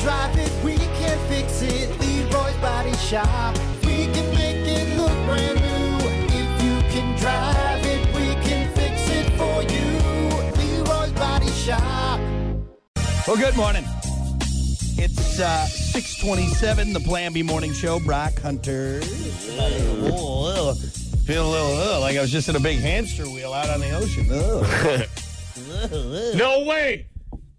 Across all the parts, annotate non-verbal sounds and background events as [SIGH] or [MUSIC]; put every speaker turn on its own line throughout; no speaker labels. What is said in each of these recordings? drive it, we can fix it. Leroy's Body Shop. We can make it look brand new. If you can drive it, we can fix it for you. Leroy's Body Shop.
Well, good morning. It's uh, 627, the Plan B Morning Show. Brock Hunter. Whoa, Feel a little uh, like I was just in a big hamster wheel out on the ocean. Uh. Ugh.
No way.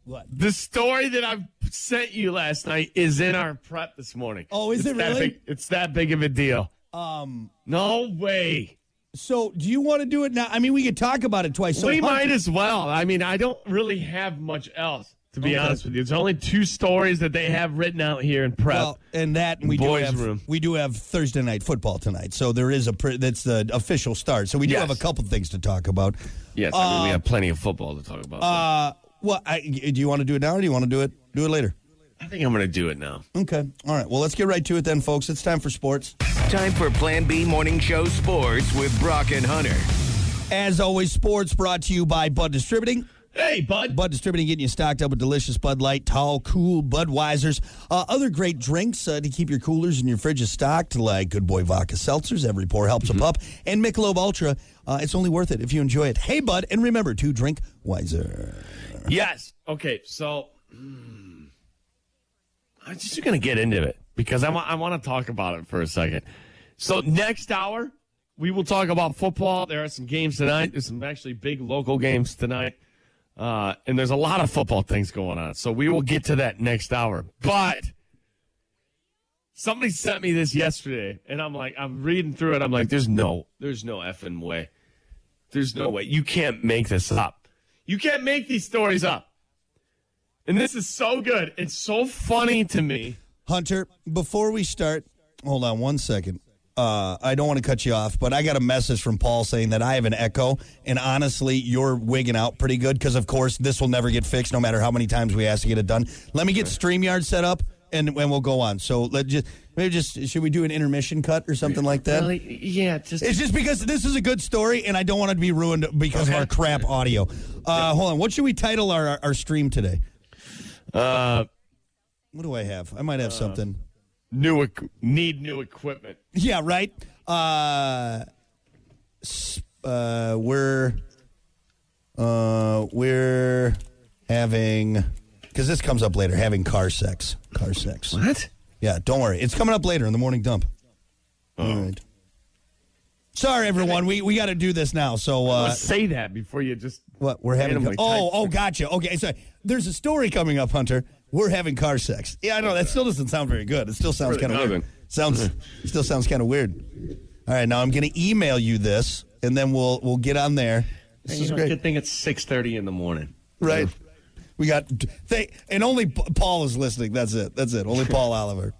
What?
The story that I sent you last night is in our prep this morning.
Oh, is
it's
it
that
really?
big- it's that big of a deal.
um,
No way.
so, do you want to do it now? I mean, we could talk about it twice. So
we
Hunter-
might as well. I mean, I don't really have much else to be
Okay.
honest with you. It's only two stories that they have written out here in prep.
Well, uh, and that and we
Boys'
do have
room.
we do have Thursday night football tonight, so there is a pre- that's the official start. So we do
Yes.
have a couple things to talk about.
yes, I mean, we have plenty of football to talk
um,
about.
Uh, well, I, do you want to do it now, or do you want to do it do it later?
I think I'm going to do it now.
Okay, all right. Well, let's get right to it then, folks. It's time for sports.
Time for Plan B Morning Show Sports with Brock and Hunter.
As always, sports brought to you by Bud Distributing.
Hey, bud.
Bud Distributing getting you stocked up with delicious Bud Light, tall, cool Budweisers, uh, other great drinks uh, to keep your coolers and your fridges stocked, like Good Boy Vodka Seltzers. Every pour helps
Mm-hmm.
a pup, and Michelob Ultra. Uh, it's only worth it if you enjoy it. Hey, Bud, and remember to drink wiser.
Yes. Okay. So mm, I'm just going to get into it because I want I want to talk about it for a second. So next hour we will talk about football. There are some games tonight. There's some actually big local games tonight, uh, and there's a lot of football things going on. So we will get to that next hour. But somebody sent me this yesterday, and I'm like, I'm reading through it. I'm like, there's no, there's no effing way. There's no way. You can't make this up. You can't make these stories up. And this is so good. It's so funny to me.
Hunter, before we start, hold on one second. Uh, I don't want to cut you off, but I got a message from Paul saying that I have an echo, and honestly, you're wigging out pretty good because, of course, this will never get fixed, no matter how many times we ask to get it done. Let me get Streamyard set up, and and we'll go on. So let just maybe just should we do an intermission cut or something like that?
yeah, just
It's just because this is a good story, and I don't want it to be ruined because of our crap audio. Uh, hold on, what should we title our our- our stream today?
uh,
What do I have? I might have something.
new equ- need new equipment.
Yeah, right. Uh, s- uh, we're uh, we're having because this comes up later. Having car sex, car sex.
What?
Yeah, don't worry, it's coming up later in the morning dump. All right. Sorry, everyone. We we got to do this now. So uh,
Let's say that before you just.
what we're having?
randomly
oh,
type-
oh, gotcha. Okay, so there's a story coming up, Hunter. We're having car sex. Yeah, I know that still doesn't sound very good. It still sounds
Really
kind of weird.
doesn't. [LAUGHS]
Sounds still sounds kind of weird. All right, now I'm going to email you this, and then we'll we'll get on there. This
You
is
know,
great,
Good thing it's six thirty in the morning.
right? We got they, and only P- Paul is listening. That's it. That's it. Only Paul Oliver.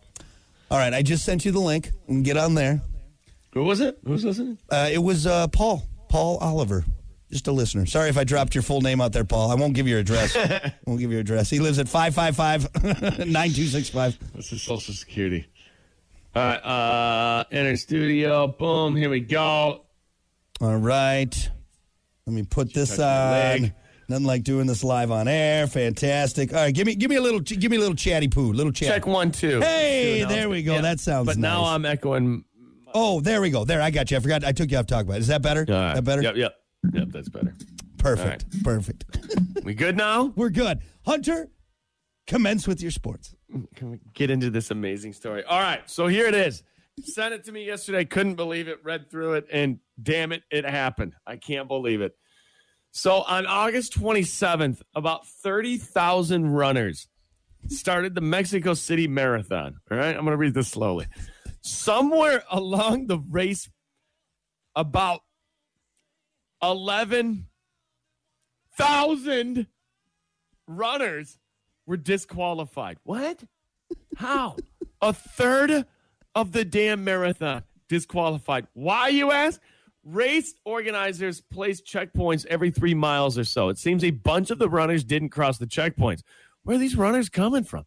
All right, I just sent you the link. You can Get on there.
Who was it? Who was listening?
Uh, it was uh, Paul. Paul Oliver. Just a listener. Sorry if I dropped your full name out there, Paul. I won't give your
[LAUGHS]
address. won't give your address. He lives at [LAUGHS] 555-9265.
This is Social Security. All right, uh, enter studio. Boom. Here we go.
All right. Let me put this
touched my
on.
leg.
Nothing like doing this live on air. Fantastic. All right, give me give me a little give me a little chatty poo, little chat.
Check one, two.
Hey,
Two
there we go.
announcements.
That sounds
But now
nice.
I'm echoing
Oh, there we go. There, I got you. I forgot. I took you off talk about. Is that better?
All right.
That better?
uh, Yep, yep. Yep, that's better.
Perfect. Perfect.
We good now?
We're good. Hunter, commence with your sports.
Can we get into this amazing story? All right, so here it is. Sent it to me yesterday. Couldn't believe it. Read through it, and damn it, it happened. I can't believe it. So on August 27th, about 30,000 runners started the Mexico City Marathon. All right, I'm going to read this slowly. Somewhere along the race, about 11,000 runners were disqualified. What? How? a third of the damn marathon disqualified. Why, you ask? Race organizers place checkpoints every three miles or so. It seems a bunch of the runners didn't cross the checkpoints. Where are these runners coming from?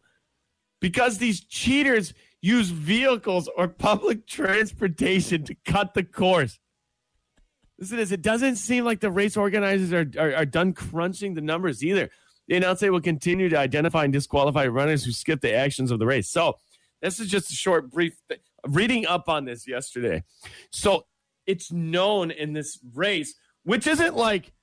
Because these cheaters use vehicles or public transportation to cut the course. Listen, to this, it doesn't seem like the race organizers are, are, are done crunching the numbers either. The announcer will continue to identify and disqualify runners who skip the actions of the race. So, this is just a short, brief th- reading up on this yesterday. So, it's known in this race, which isn't like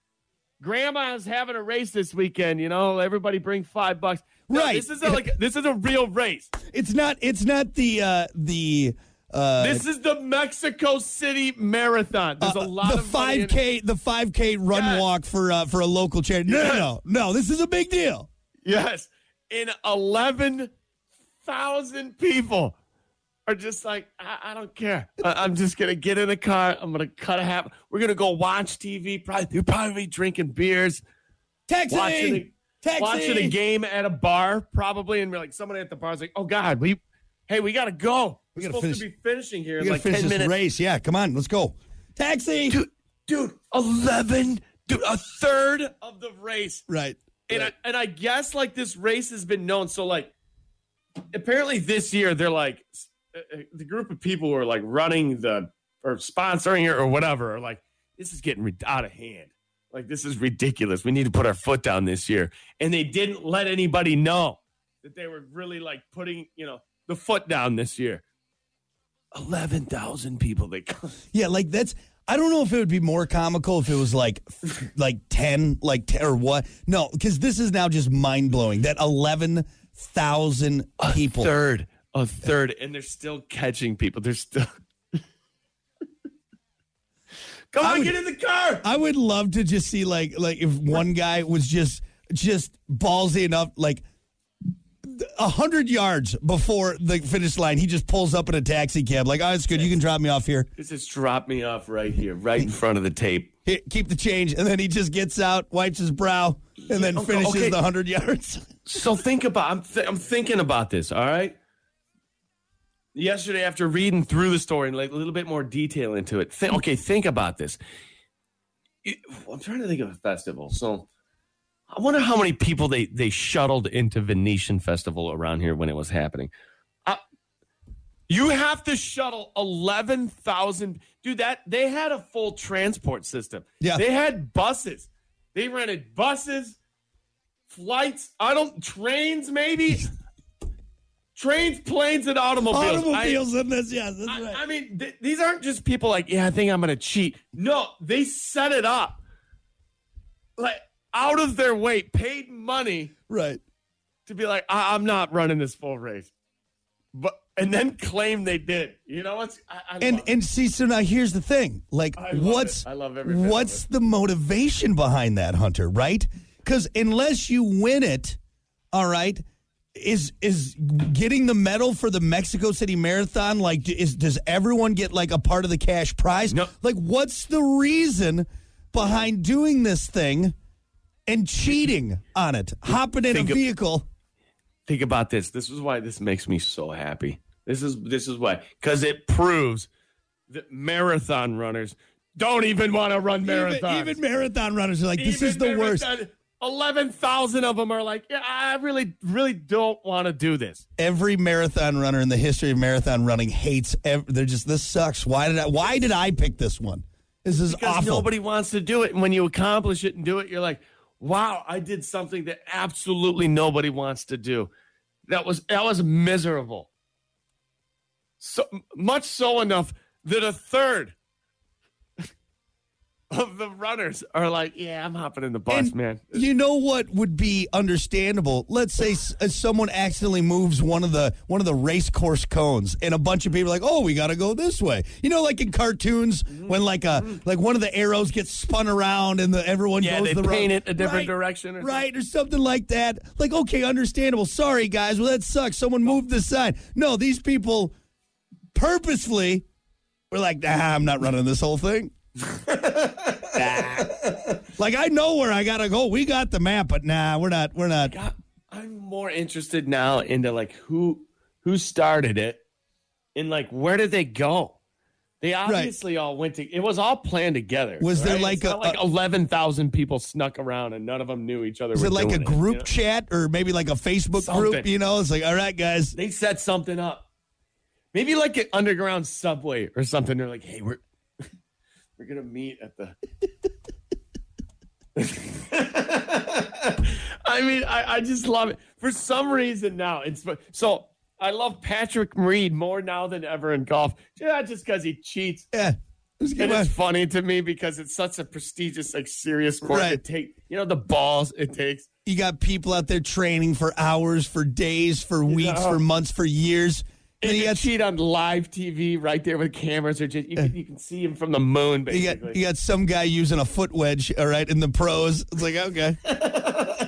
grandma's having a race this weekend. You know, everybody bring five bucks. No,
Right.
This is a, like this is a real
[LAUGHS]
race.
It's not. It's not the uh, the. Uh,
This is the Mexico City Marathon. There's a
uh,
lot
the
of money in-
five k the five k run
Yes.
walk for uh, for a local charity. No, no, no, no. This is a big deal.
Yes. And 11,000 people are just like, I, I don't care. I, am just going to get in a car. I'm going to cut a half. We're going to go watch TV. Probably, they're probably drinking beers,
Taxi,
watching a,
taxi.
watching a game at a bar, probably. And we're like, somebody at the bar's like, oh, God, we, hey, we got to go.
We
We're
gotta
supposed to
finish-
be finishing here
We
in
gotta
like
finish
10
this
minutes.
race. Yeah, come on, let's go. Taxi.
Dude, dude, 11, dude, a third of the race
Right.
and I, and I guess like this race has been known. So like, apparently this year they're like s- uh, uh, the group of people who are like running the or sponsoring it or whatever are like this is getting rid- out of hand. Like this is ridiculous. We need to put our foot down this year, and they didn't let anybody know that they were really like putting you know the foot down this year. Eleven thousand people they come.
Yeah, like that's. I don't know if it would be more comical if it was like, [LAUGHS] like ten, like 10 or what? No, because this is now just mind blowing. That eleven thousand people.
third, a third, and they're still catching people. They're still. [LAUGHS] Come
I
on,
would-
get in the car.
I would love to just see like like if one guy was just just ballsy enough like a hundred yards before the finish line, he just pulls up in a taxi cab. Like, oh, it's good. You can drop me off here.
This just drop me off right here, right in front of the tape.
Here, keep the change, and then he just gets out, wipes his brow, and then
Yeah, okay,
finishes
okay.
the hundred yards.
So think about. I'm th- I'm thinking about this. All right. Yesterday, after reading through the story and like a little bit more detail into it, th- okay, think about this. It- I'm trying to think of a festival. So I wonder how many people they they shuttled into Venetian Festival around here when it was happening. I- You have to shuttle eleven thousand, dude. That they had a full transport system.
Yeah.
they had buses. They rented buses, flights. I don't trains maybe. trains, planes, and automobiles. I-
Automobiles in this, yes, that's
I,
right.
I mean, th- these aren't just people like, yeah, I think I'm going to cheat. No, they set it up like out of their way, paid money
right.
to be like, I- I'm not running this full race, but and then claim they did. You know what's I, I
And
love it.
and see, so now here's the thing. Like,
I love
what's
it. I love every bit of
what's the motivation behind that, Hunter? Right? Because unless you win it, all right, is is getting the medal for the Mexico City Marathon like? Is does everyone get like a part of the cash prize?
No.
Like, what's the reason behind doing this thing and cheating on it, hopping in a
Think of-
vehicle?
think about this. This is why this makes me so happy. This is this is why because it proves that marathon runners don't even want to run marathons.
Even, even marathon runners are like, this
Even
is the
there was
worst.
done- 11,000 of them are like, yeah, I really, really don't want to do this.
every marathon runner in the history of marathon running hates. Ev- they're just this sucks. Why did I? Why did I pick this one? This is
Because
awful.
nobody wants to do it. And when you accomplish it and do it, you're like, wow, I did something that absolutely nobody wants to do. That was that was miserable. So much so enough that a third [LAUGHS] of the runners are like, yeah, I'm hopping in the bus,
And
man.
You know what would be understandable? Let's say s- uh, someone accidentally moves one of the one of the race course cones, and a bunch of people are like, "Oh, we got to go this way." You know, like in cartoons when like a like one of the arrows gets spun around and the everyone
Mm-hmm. Yeah,
goes
they
the wrong-
paint it a different
Right,
direction or
right, or something like that. Like, okay, understandable. Sorry, guys, well that sucks. Someone moved the sign. No, these people purposefully were like, "Nah, I'm not running this whole thing."
[LAUGHS]
Like I know where I gotta go. We got the map, but nah, we're not. We're not.
I, I'm more interested now into like who who started it and like where did they go? They obviously all went to. It was all planned together.
Was there
right?
like
It's not
a-
like eleven thousand people snuck around and none of them knew each other?
Is
were
it like a
doing you
group
know?
chat or maybe like a Facebook group?
Something.
You know, it's like, all right, guys.
They set something up. Maybe like an underground subway or something. They're like, hey, we're [LAUGHS] we're gonna meet at the. [LAUGHS] I mean, I, I just love it. For some reason now, it's so I love Patrick Reed more now than ever in golf. Not just because he cheats.
Yeah. Just give
And
my-
it's funny to me because it's such a prestigious, like serious sport.
Right.
to take you know the balls it takes.
You got people out there training for hours, for days, for weeks,
know. oh.
for months, for years. And then
And
you
you
got
cheat on live TV right there with cameras, or just you, can, you can see him from the moon.
you
Basically,
got you got some guy using a foot wedge, all right, in the pros. It's like, okay.
I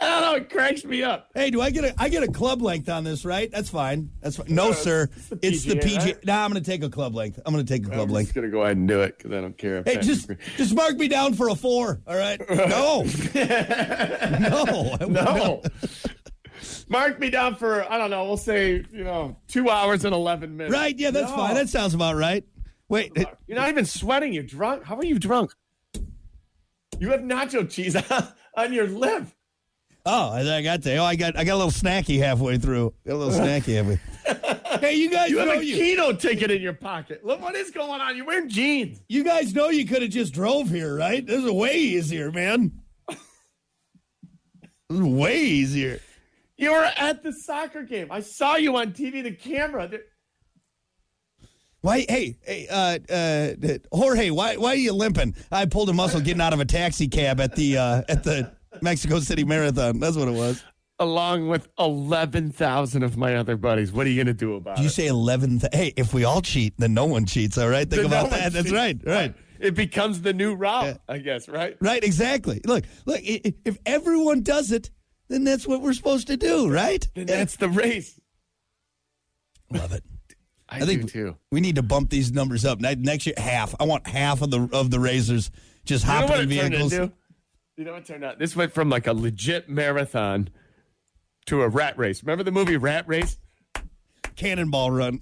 don't know. It cracks me up.
Hey, do I get a I get a club length on this, right? That's fine. That's fine. No, sir. It's the
PGA,
PG.
right?
Nah, I'm gonna take a club length. I'm gonna take a club
I'm
length.
just gonna go ahead and do it because I don't care. if
Hey,
Patrick
just
Reed-
just mark me down for a four, all
[LAUGHS]
right? No, [LAUGHS] no,
no. Mark me down for I don't know. We'll say you know two hours and eleven minutes.
Right? Yeah, that's
No.
fine. That sounds about right. Wait,
You're not even sweating. You're drunk. How are you drunk? You have nacho cheese [LAUGHS] on your lip.
oh, I I got there. Oh, I got I got a little snacky halfway through. Got
[LAUGHS]
a little snacky halfway. hey, you guys
You have
know
a
you
keto ticket in your pocket. Look, what is going on? You're wearing jeans.
you guys know you could have just drove here, right? This is way easier, man. This is way easier.
You were at the soccer game. I saw you on TV. The camera. There-
Why? Hey, hey, uh, uh, Jorge, why, why are you limping? I pulled a muscle getting out of a taxi cab at the uh, at the Mexico City Marathon. That's what it was.
Along with eleven thousand of my other buddies. What are you gonna do about
Do you
it?
say eleven? Th- hey, if we all cheat, then no one cheats. All right, think
Then no
about
one
that. That's
cheats.
right. Right.
It becomes the new route,
Yeah.
I guess. Right.
Right. Exactly. Look, look. i- i- If everyone does it, then that's what we're supposed to do, right?
Then that's the race.
love it.
I,
I think
do too.
we need to bump these numbers up Ne- next year. Half. I want half of the of the razors just
You know
hopping
what it
in
turned
vehicles.
into? You know what it turned out? This went from like a legit marathon to a rat race. Remember the movie Rat Race?
cannonball run.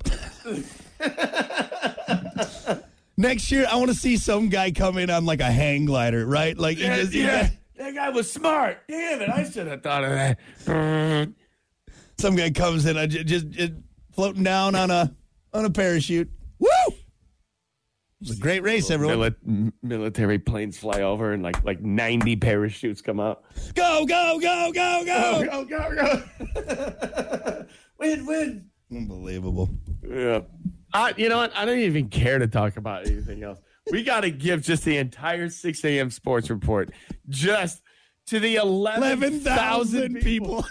Next year, I want to see some guy come in on like a hang glider, right? Like, he just-
That guy was smart. Damn it. I should have thought of that.
some guy comes in, I just, just, just floating down on a on a parachute. Woo! It was a great race, everyone.
Mili- m- military planes fly over and like like 90 parachutes come out.
Go, go, go, go, go!
go, go. oh, [LAUGHS] win, win.
Unbelievable.
Yeah. I, you know what? I don't even care to talk about anything else. We got to give just the entire 6 a.m. sports report just to the 11,000
11,000
people
people.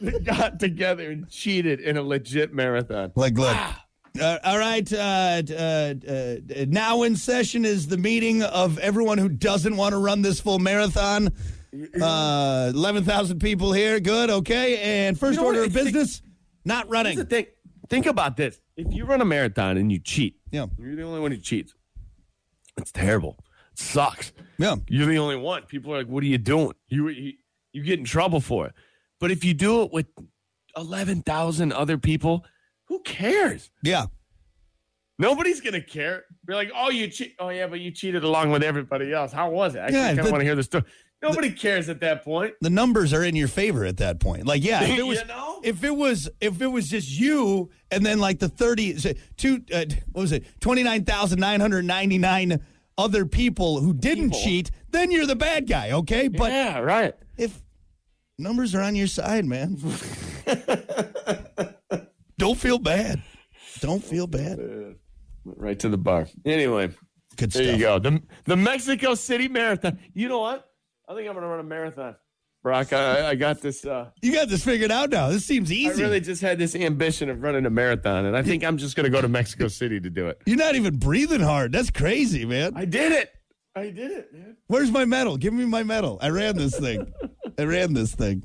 that got together and cheated in a legit marathon.
Like, look.
Ah.
Uh, all right. Uh, d- uh, uh, d- now in session is the meeting of everyone who doesn't want to run this full marathon. Uh, 11,000 people here. Good. Okay. And first
You know what?
order of
It's the-
business, not
Here's the
running.
thing. Think about this. If you run a marathon and you cheat,
Yeah.
you're the only one who cheats. It's terrible. It sucks.
Yeah.
You're the only one. People are like, "What are you doing? You you, you get in trouble for it." But if you do it with eleven thousand other people, who cares?
Yeah.
Nobody's gonna care. You're like, "Oh, you cheat! Oh yeah, but you cheated along with everybody else. How was it?" I
Yeah,
kind of
the-
want to hear the story. Nobody cares at that point.
The numbers are in your favor at that point. Like, yeah, if it was,
you know?
if it was, if it was just you, and then like the thirty, is it two, uh, what was it, twenty nine thousand nine hundred ninety nine other people who didn't
People.
cheat, then you're the bad guy, okay? But
yeah, right.
if numbers are on your side, man.
[LAUGHS]
Don't feel bad. Don't feel bad.
Went right to the bar. Anyway.
Good
There
stuff.
you go. The the Mexico City Marathon. You know what? I think I'm gonna run a marathon. Brock, I, I got this. Uh,
You got this figured out now. This seems
I
easy.
really just had this ambition of running a marathon, and I think I'm just gonna go to Mexico City to do it.
You're not even breathing hard. That's crazy, man.
I did it. I did it, man.
Where's my medal? Give me my medal. I ran this thing. I ran this thing.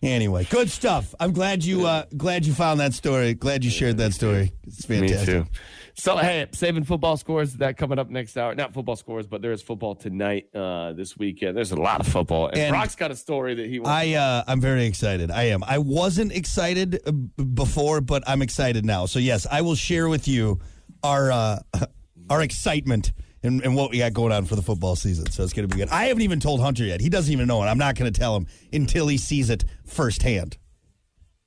Anyway, good stuff. I'm glad you uh glad you found that story. Glad you shared that story. It's fantastic.
Me too. So hey, saving football scores that coming up next hour. Not football scores, but there is football tonight, uh, this weekend. There's a lot of football, and,
And-
Brock's got a story that he wants.
I uh, I'm very excited. I am. I wasn't excited uh, b- before, but I'm excited now. So yes, I will share with you our uh, [LAUGHS] our excitement and, and what we got going on for the football season. So it's going to be good. I haven't even told Hunter yet. He doesn't even know it. I'm not going to tell him until he sees it firsthand.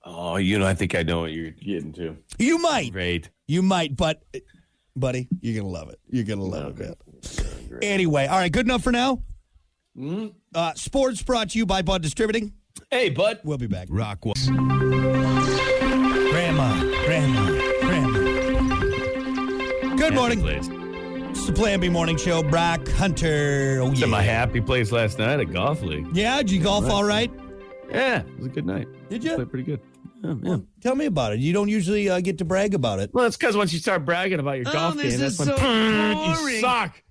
oh, you know, I think I know what you're getting to.
You might.
Great.
You might, but uh, buddy, you're going to love it. You're going to love it. man. Anyway, all right. Good enough for now. Uh, sports brought to you by Bud Distributing.
Hey, bud.
We'll be back.
Rock wa-
Grandma, grandma, grandma. Good morning.
Happy place.
It's the Plan B Morning Show. Brock Hunter. Oh,
At my
yeah.
happy place last night at golf league.
Yeah, did you golf all right?
Yeah, it was a good night.
Did ya?
Played pretty good. Yeah, yeah.
Well, tell me about it. You don't usually uh, get to brag about it.
Well, it's because once you start bragging about your golf game, that's when [LAUGHS] you suck.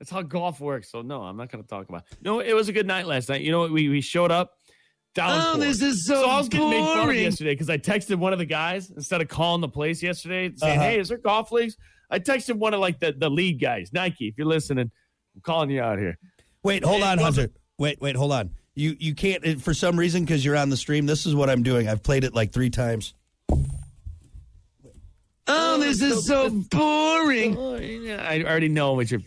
That's how golf works. So no, I'm not going to talk about. It. No, it was a good night last night. You know what? We we showed up. Down Oh, this is so, I was getting made fun of yesterday because I texted one of the guys instead of calling the place yesterday saying,
Uh-huh.
"Hey, is there golf leagues?" I texted one of like the the lead guys, Nike. If you're listening, I'm calling you out here.
Wait, hold
It
on,
wasn't-
Hunter. Wait, wait, hold on. You you can't it- for some reason because you're on the stream. This is what I'm doing. I've played it like three times.
Oh, this is so boring. I already know what you're.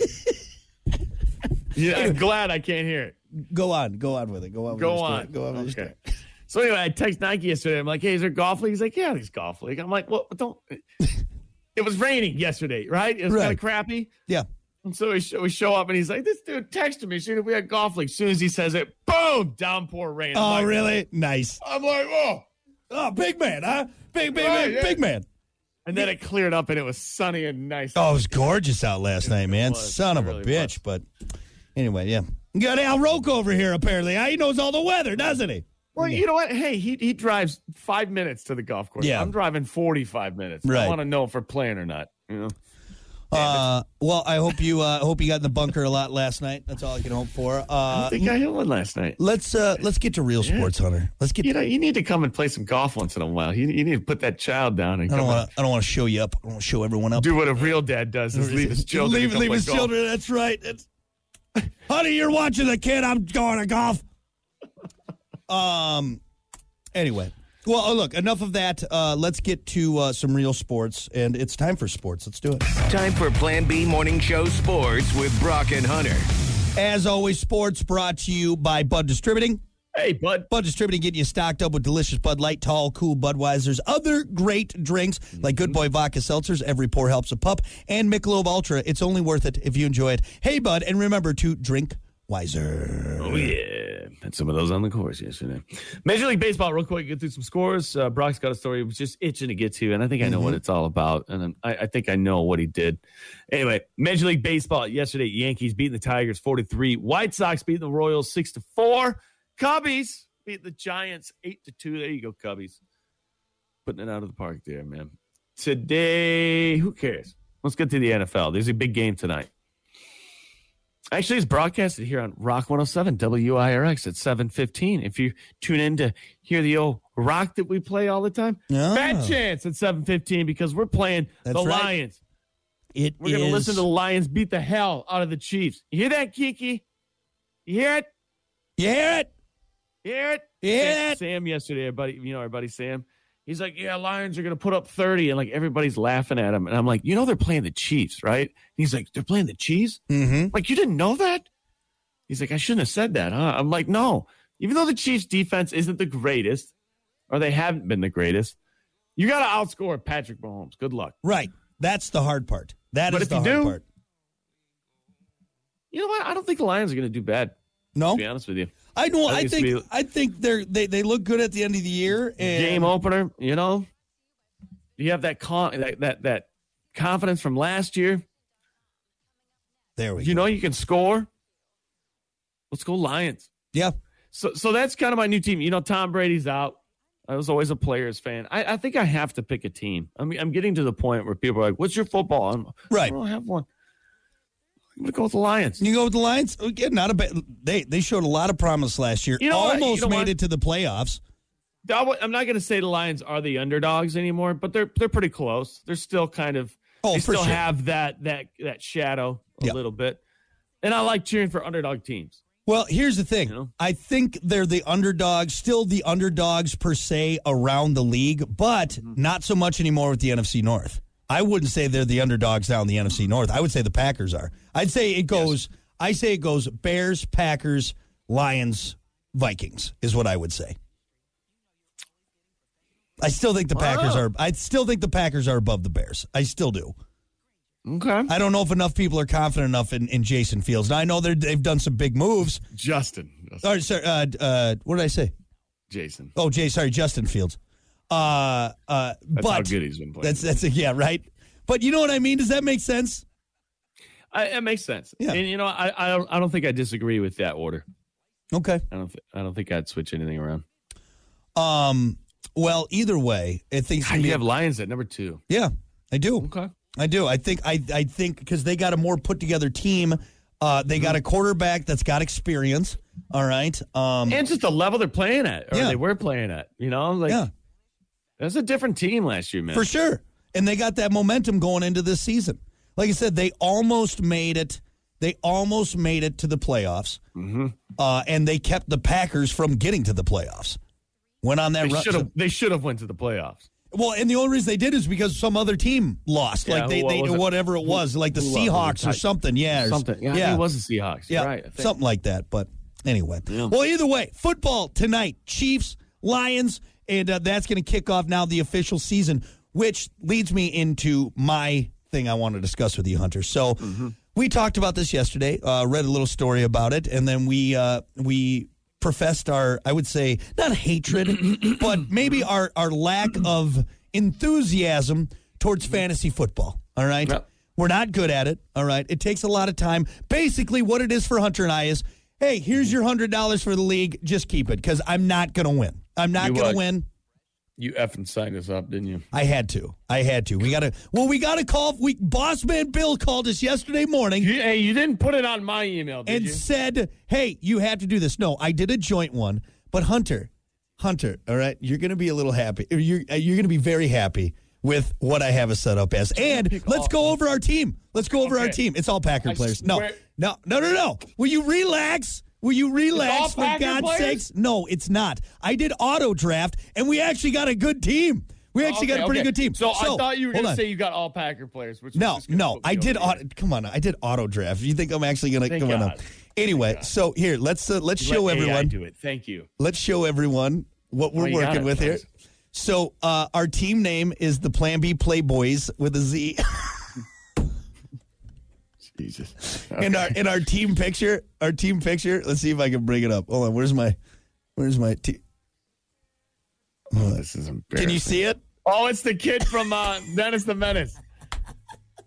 yeah, I'm glad I can't hear it.
Go on, go on with it. Go on. With
Go
your story.
on.
Go on. With your
Okay.
story.
So anyway, I text Nike yesterday. I'm like, "Hey, is there golf league?" He's like, "Yeah, there's golf league." I'm like, "Well, don't." it was raining yesterday, right? It was kind
Right.
of crappy.
Yeah.
And so we show, we show up, and he's like, "This dude texted me, dude, we had golf league." As soon as he says it, boom, downpour rain. I'm
Oh,
like-
really? Nice.
I'm like, "Oh!"
Oh, big man, huh? Big, big,
Right,
big,
yeah.
big man.
And then it cleared up, and it was sunny and nice.
Oh, it was gorgeous out last night, man.
was.
Son
It
of
really
a bitch. But anyway, yeah. You got Al Roke over here. Apparently, he knows all the weather, doesn't he?
Well, you know what? Hey, he he drives five minutes to the golf course.
Yeah.
I'm driving 45 minutes.
Right.
I want to know if we're playing or not. You know.
Uh, well, I hope you uh, hope you got in the bunker a lot last night. That's all I can hope for.
I
Uh,
think I hit one last night.
let's uh, let's get to real sports, Hunter. Let's get.
You know, you need to come and play some golf once in a while. You, you need to put that child down and
I
come
don't
and
want to. I don't want to show you up. I don't want to show everyone up.
do what a real dad
[LAUGHS]
does: is leave his children.
Leave,
to go
leave
play
his
golf.
children. That's right. That's, honey, you're watching the kid. I'm going to golf. Um. Anyway, well, oh, look. Enough of that. Uh, let's get to uh, some real sports, and it's time for sports. Let's do it.
Time for Plan B Morning Show Sports with Brock and Hunter.
As always, sports brought to you by Bud Distributing.
Hey, bud.
Bud Distributing getting you stocked up with delicious Bud Light, tall, cool Budweiser's, other great drinks like
Mm-hmm.
Good Boy Vodka Seltzers, every pour helps a pup, and Michelob Ultra. It's only worth it if you enjoy it. Hey, Bud, and remember to drink wiser.
Oh yeah, had some of those on the course yesterday. Major League Baseball, real quick, get through some scores. Uh, Brock's got a story he was just itching to get to, and I think I know what it's all about, and I'm- I, I think I know what he did. Anyway, Major League Baseball yesterday, Yankees beating the Tigers four to three. White Sox beating the Royals six to four. Cubbies beat the Giants eight to two. There you go, Cubbies, putting it out of the park there, man. Today, who cares? Let's get to the NFL. There's a big game tonight. Actually, it's broadcasted here on Rock 107 WIRX at 7:15. If you tune in to hear the old rock that we play all the time,
Ah.
bad chance at 7:15 because we're playing
That's
the
right.
Lions.
It
We're going to
is-
listen to the Lions beat the hell out of the Chiefs. You hear that, Kiki? You hear it?
You hear it?
You hear it?
You hear
Sam,
it?
Sam yesterday, our buddy, you know, our buddy Sam. He's like, yeah, Lions are going to put up 30. And like everybody's laughing at him. And I'm like, you know, they're playing the Chiefs, right? And he's like, they're playing the Chiefs?
Mm-hmm.
I'm like, you didn't know that? He's like, I shouldn't have said that, huh? I'm like, no. Even though the Chiefs defense isn't the greatest, or they haven't been the greatest, you got to outscore Patrick Mahomes. Good luck.
Right. That's the hard part. That is
But if
the
you
hard
do-
part.
You know what? I don't think the Lions are going to do bad,
No,
to be honest with you.
I know.
I
I
think it's
think
gonna be-
I think they're they, they look good at the end of the year. And
Game opener, you know? You have that con- that, that that confidence from last year.
There we go.
You know you can score. Let's go Lions.
yeah.
So so that's kind of my new team. You know, Tom Brady's out. I was always a players fan. I, I think I have to pick a team. I mean, I'm getting to the point where people are like, "What's your football?" I'm, I
Right.
don't have one. I'm gonna go with the Lions.
You go with the Lions again. Not a bad. They they showed a lot of promise last year.
You know what? You
Almost
know
made
what?
it to the playoffs.
I wa- I'm not gonna say the Lions are the underdogs anymore, but they're they're pretty close. They're still kind of
Oh,
they
for
still
sure.
have that that that shadow a
Yeah.
little bit. And I like cheering for underdog teams.
Well, here's the thing.
You know?
I think they're the underdogs, still the underdogs per se around the league, but
Mm-hmm.
not so much anymore with the NFC North. I wouldn't say they're the underdogs now in the NFC North. I would say the Packers are. I'd say it goes. I say it goes Bears, Packers, Lions, Vikings is what I would say. I still think the Packers
Wow.
are. I still think the Packers are above the Bears. I still do.
Okay.
I don't know if enough people are confident enough in, in Jason Fields. Now, I know they're- they've done some big moves.
Justin. Justin.
Or, sorry, uh, uh, what did I say?
Jason.
Oh, Jay, sorry, Justin Fields. Uh, uh,
That's
but
how good he's been playing.
That's that's yeah, right. But you know what I mean? Does that make sense?
I, it makes sense.
Yeah.
And you know, I, I don't I don't think I disagree with that order.
Okay.
I don't th- I don't think I'd switch anything around.
Um. Well, either way, I think
God, you have Lions at number two.
yeah, I do.
Okay.
I do. I think I I think because they got a more put together team. Uh, they got a quarterback that's got experience. All right. Um.
And just the level they're playing at, or
Yeah.
they were playing at. You know, like
yeah,
that's a different team last year, man.
for sure. And they got that momentum going into this season. Like I said, they almost made it. They almost made it to the playoffs.
Mm-hmm.
Uh, and they kept the Packers from getting to the playoffs. Went on that
They
run.
should have. They should have went to the playoffs.
Well, and the only reason they did is because some other team lost,
Yeah,
like they,
what
they
was it?
whatever it was, like the
who, uh, was it
Seahawks or
tight?
something. Yeah, or-
Something. Yeah,
yeah,
it was the Seahawks.
yeah,
right. I think.
something like that. But anyway, well, either way, football tonight: Chiefs, Lions, and uh, that's going to kick off now the official season, which leads me into my thing I want to discuss with you, Hunter. So. We talked about this yesterday. Uh, read a little story about it, and then we uh, we professed our, I would say, not hatred, but maybe our, our lack of enthusiasm towards fantasy football. All right.
Mm-hmm. Yep.
We're not good at it. All right. It takes a lot of time. Basically, what it is for Hunter and I is hey,
Mm-hmm.
here's your $100 for the league. Just keep it because I'm not going to win. I'm not
You,
going
uh,
to win.
You effing signed us up, didn't you?
I had to. I had to. We got to. Well, we got to call. We Boss Man Bill called us yesterday morning.
You- Hey, you didn't put it on my email, did
and
you?
said, "Hey, you have to do this." No, I did a joint one, but Hunter, Hunter, all right, you're going to be a little happy. or You're uh, you're going to be very happy with what I have us set up as. And let's go over our team. Let's go over our
Okay.
team. It's all Packer
I
players. No,
swear-
no, no, no, no. Will you relax? Will you relax? For
Packer
God's
players?
sakes, no, it's not. I did auto draft, and we actually got a good team. We actually got
Oh, Okay,
a pretty
okay.
good team.
So, I thought you were
hold
going to
on.
say you got all Packer players, which
No,
was just gonna
no,
put me
I did.
over the
Auto, come on, I did auto draft. You think I'm actually gonna
Thank
come on?
God.
up. Anyway, so here let's uh, let's
edge.
show
Let AI
everyone.
do it. Thank you.
Let's show everyone what
Oh,
we're
you got
working
it,
with here.
guys.
So uh, our team name is the Plan B Playboys with a Z, [LAUGHS]
Jesus.
and our and our team picture, our team picture. Let's see if I can bring it up. Hold on, where's my, where's my team?
this is embarrassing.
Can you see it?
Oh, it's the kid from uh, Dennis the Menace.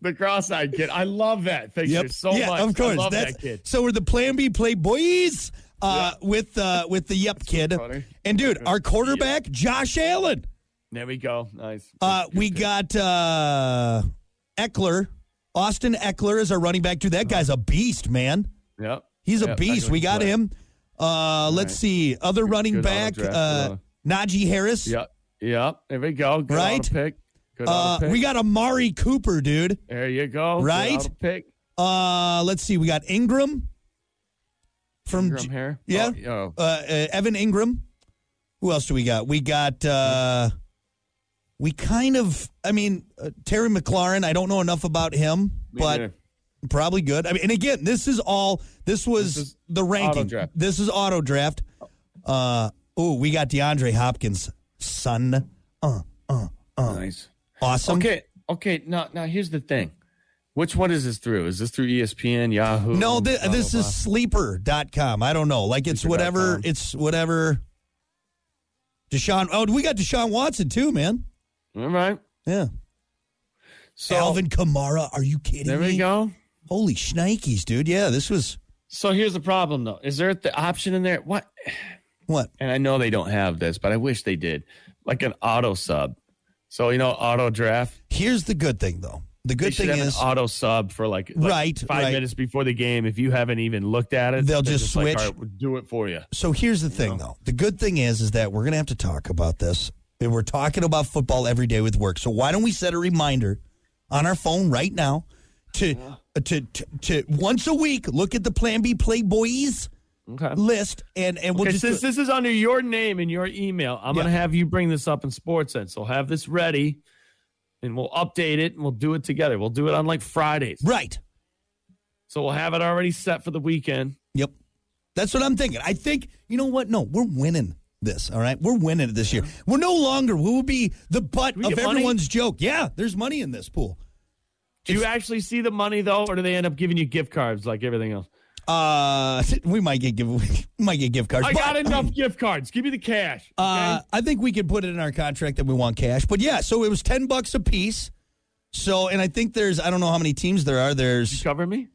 The cross-eyed kid. I love that picture so
yeah,
much.
of course.
I love
That's,
that kid.
So we're the Plan B Playboys uh, with uh, with the Yep kid,
funny.
and dude, our quarterback Josh Allen.
There we go. Nice.
Uh, we got uh, Eckler. Austin Eckler is our running back. Dude, that guy's a beast, man.
Yep.
He's a
Yep,
beast.
Eckler's
We got
playing.
him. Uh, let's see. Other running
good auto
back,
draft,
uh, Najee Harris.
Yep. Yep. There we go. Good
Right?
auto pick. Good
Uh,
auto pick.
we got Amari Cooper, dude.
there you go. Good
Right?
auto pick.
Uh, let's see. We got Ingram from
Ingram
J-
here.
Yeah.
Oh, yo.
uh, uh, Evan Ingram. Who else do we got? We got. Uh, we kind of. I mean, uh, Terry McLaurin. I don't know enough about him,
Me
but
neither.
probably good. I mean, and again, this is all. This was
This is
the ranking.
auto draft.
This is auto draft. Uh, oh, we got DeAndre Hopkins, son. Uh, uh, uh.
nice.
Awesome.
Okay. Okay. Now, now here's the thing. Which one is this through? Is this through E ESPN, Yahoo?
No, thi-
blah,
this
blah,
is sleeper.com. I don't know. Like it's whatever.
Sleeper.com.
It's whatever. Deshaun. Oh, we got Deshaun Watson too, man.
blah. All right.
Yeah.
So
Alvin Kamara. Are you kidding
there
me?
we go.
Holy shnikes, dude. Yeah, this was
So here's the problem, though. Is there the option in there? What?
what?
And I know they don't have this, but I wish they did. Like an auto sub. So you know, auto draft.
Here's the good thing though. The
They
good
should
thing
have
is
an auto sub for like, like
Right,
five
right.
minutes before the game. If you haven't even looked at it,
They'll
they're
just
like,
switch.
"All right, we'll do it for you.
so here's the thing though. The good thing is is that we're gonna have to talk about this. And we're talking about football every day with work. So why don't we set a reminder on our phone right now to to, to to once a week look at the Plan B Playboys
Okay.
list and and we'll
Okay,
just
since this is under your name and your email, I'm
Yeah.
going to have you bring this up in sports sense. So have this ready, and we'll update it and we'll do it together. We'll do it on like Fridays,
right.
so we'll have it already set for the weekend.
Yep. That's what I'm thinking. I think, you know what? No, we're winning this, all right? We're winning it this year. We're no longer, we will be the butt
we
of
get money?
everyone's joke. Yeah, there's money in this pool.
Do you actually see the money though, or do they end up giving you gift cards like everything else?
Uh, [LAUGHS] we might get give we might get gift cards.
I
but-
got enough gift cards. Give me the cash. Okay?
Uh, I think we could put it in our contract that we want cash. But yeah, so it was ten bucks a piece. So, and I think there's I don't know how many teams there are.
you
There's
cover me.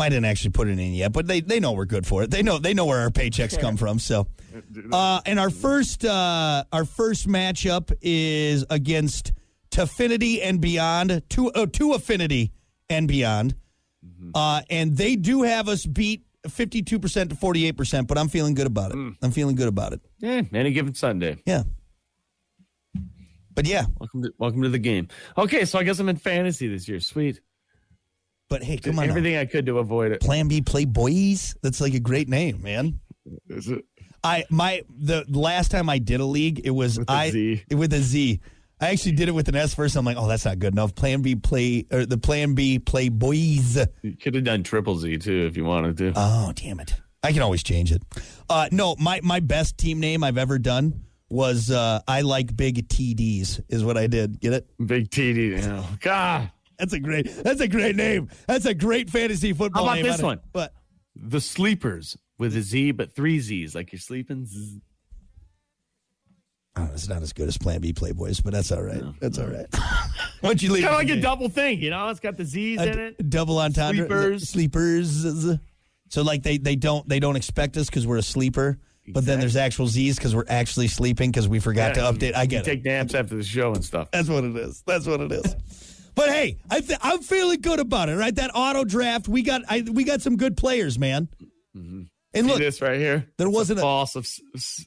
I didn't actually put it in yet, but they they know we're good for it. They know they know where our paychecks come from. So, uh, and our first uh, our first matchup is against Taffinity and Beyond to uh, to Affinity and Beyond, uh, and they do have us beat fifty two percent to forty eight percent. But I'm feeling good about it. I'm feeling good about it.
Yeah, any given Sunday.
Yeah. But yeah,
Welcome to welcome to the game. Okay, so I guess I'm in fantasy this year. Sweet.
but hey,
Did
come on. now.
everything I could to avoid it.
Plan B Playboys. That's like a great name, man.
Is it?
I my the last time I did a league, it was
a
I
Z.
with a Z. I actually did it with an S first. I'm like, oh, that's not good enough. Plan B play or the Plan B Playboys.
You could have done triple Z too if you wanted to.
Oh, damn it! I can always change it. Uh, no, my my best team name I've ever done was uh, I like big TDs is what I did. Get it?
Big TD now. God,
That's a great. That's a great name. That's a great fantasy football.
about
name.
this
I don't-
one?
But
the sleepers with a Z, but three Z's, like you're sleeping. Z.
Oh, it's not as good as Plan B Playboys, but that's all right. That's all right. [LAUGHS] Once you leave,
Kind of like a double thing, you know? It's got the Z's in
a
it.
double entendre,
Sleepers.
sleepers. So like they they don't they don't expect us because we're a sleeper, but then there's actual Z's because we're actually sleeping because we forgot
Yeah,
to update. I
You
get it.
take naps after the show and stuff.
That's what it is. That's what it is. But hey, I th- I'm feeling good about it. Right, that auto draft we got I, we got some good players, man. And
Mm-hmm. See
look,
this right here.
there wasn't a-
false of s- s-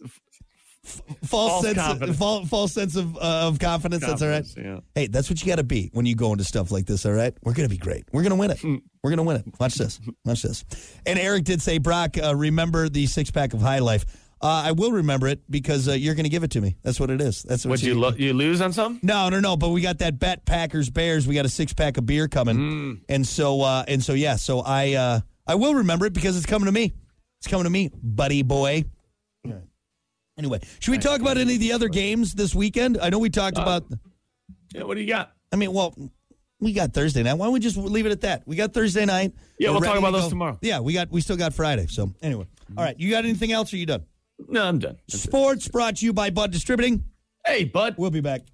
false,
False
sense of
confidence.
false, false sense of, uh, of confidence. That's all right.
Confidence,
Hey, that's what you got to be when you go into stuff like this. All right, we're gonna be great. We're gonna win it. We're gonna win it. Watch this. Watch this. And Eric did say, Brock, uh, remember the six pack of High Life. Uh, I will remember it because uh, you're gonna give it to me. That's what it is. That's what,
What you lo- you lose on something?
No, no, no. But we got that bet, Packers, Bears. We got a six pack of beer coming, and so uh, and so yeah. So I uh, I will remember it because it's coming to me. It's coming to me, buddy boy. Anyway, should we talk about any of the other games this weekend? I know we talked about.
Yeah, what do you got?
I mean, well, we got Thursday night. Why don't we just leave it at that? We got Thursday night.
Yeah, we'll
We're
talk
ready
about
to
those
go.
tomorrow.
Yeah, we got we still got Friday. So anyway, all right. You got anything else? Or you done?
No, I'm done.
Sports brought to you by Bud Distributing.
Hey, bud.
We'll be back.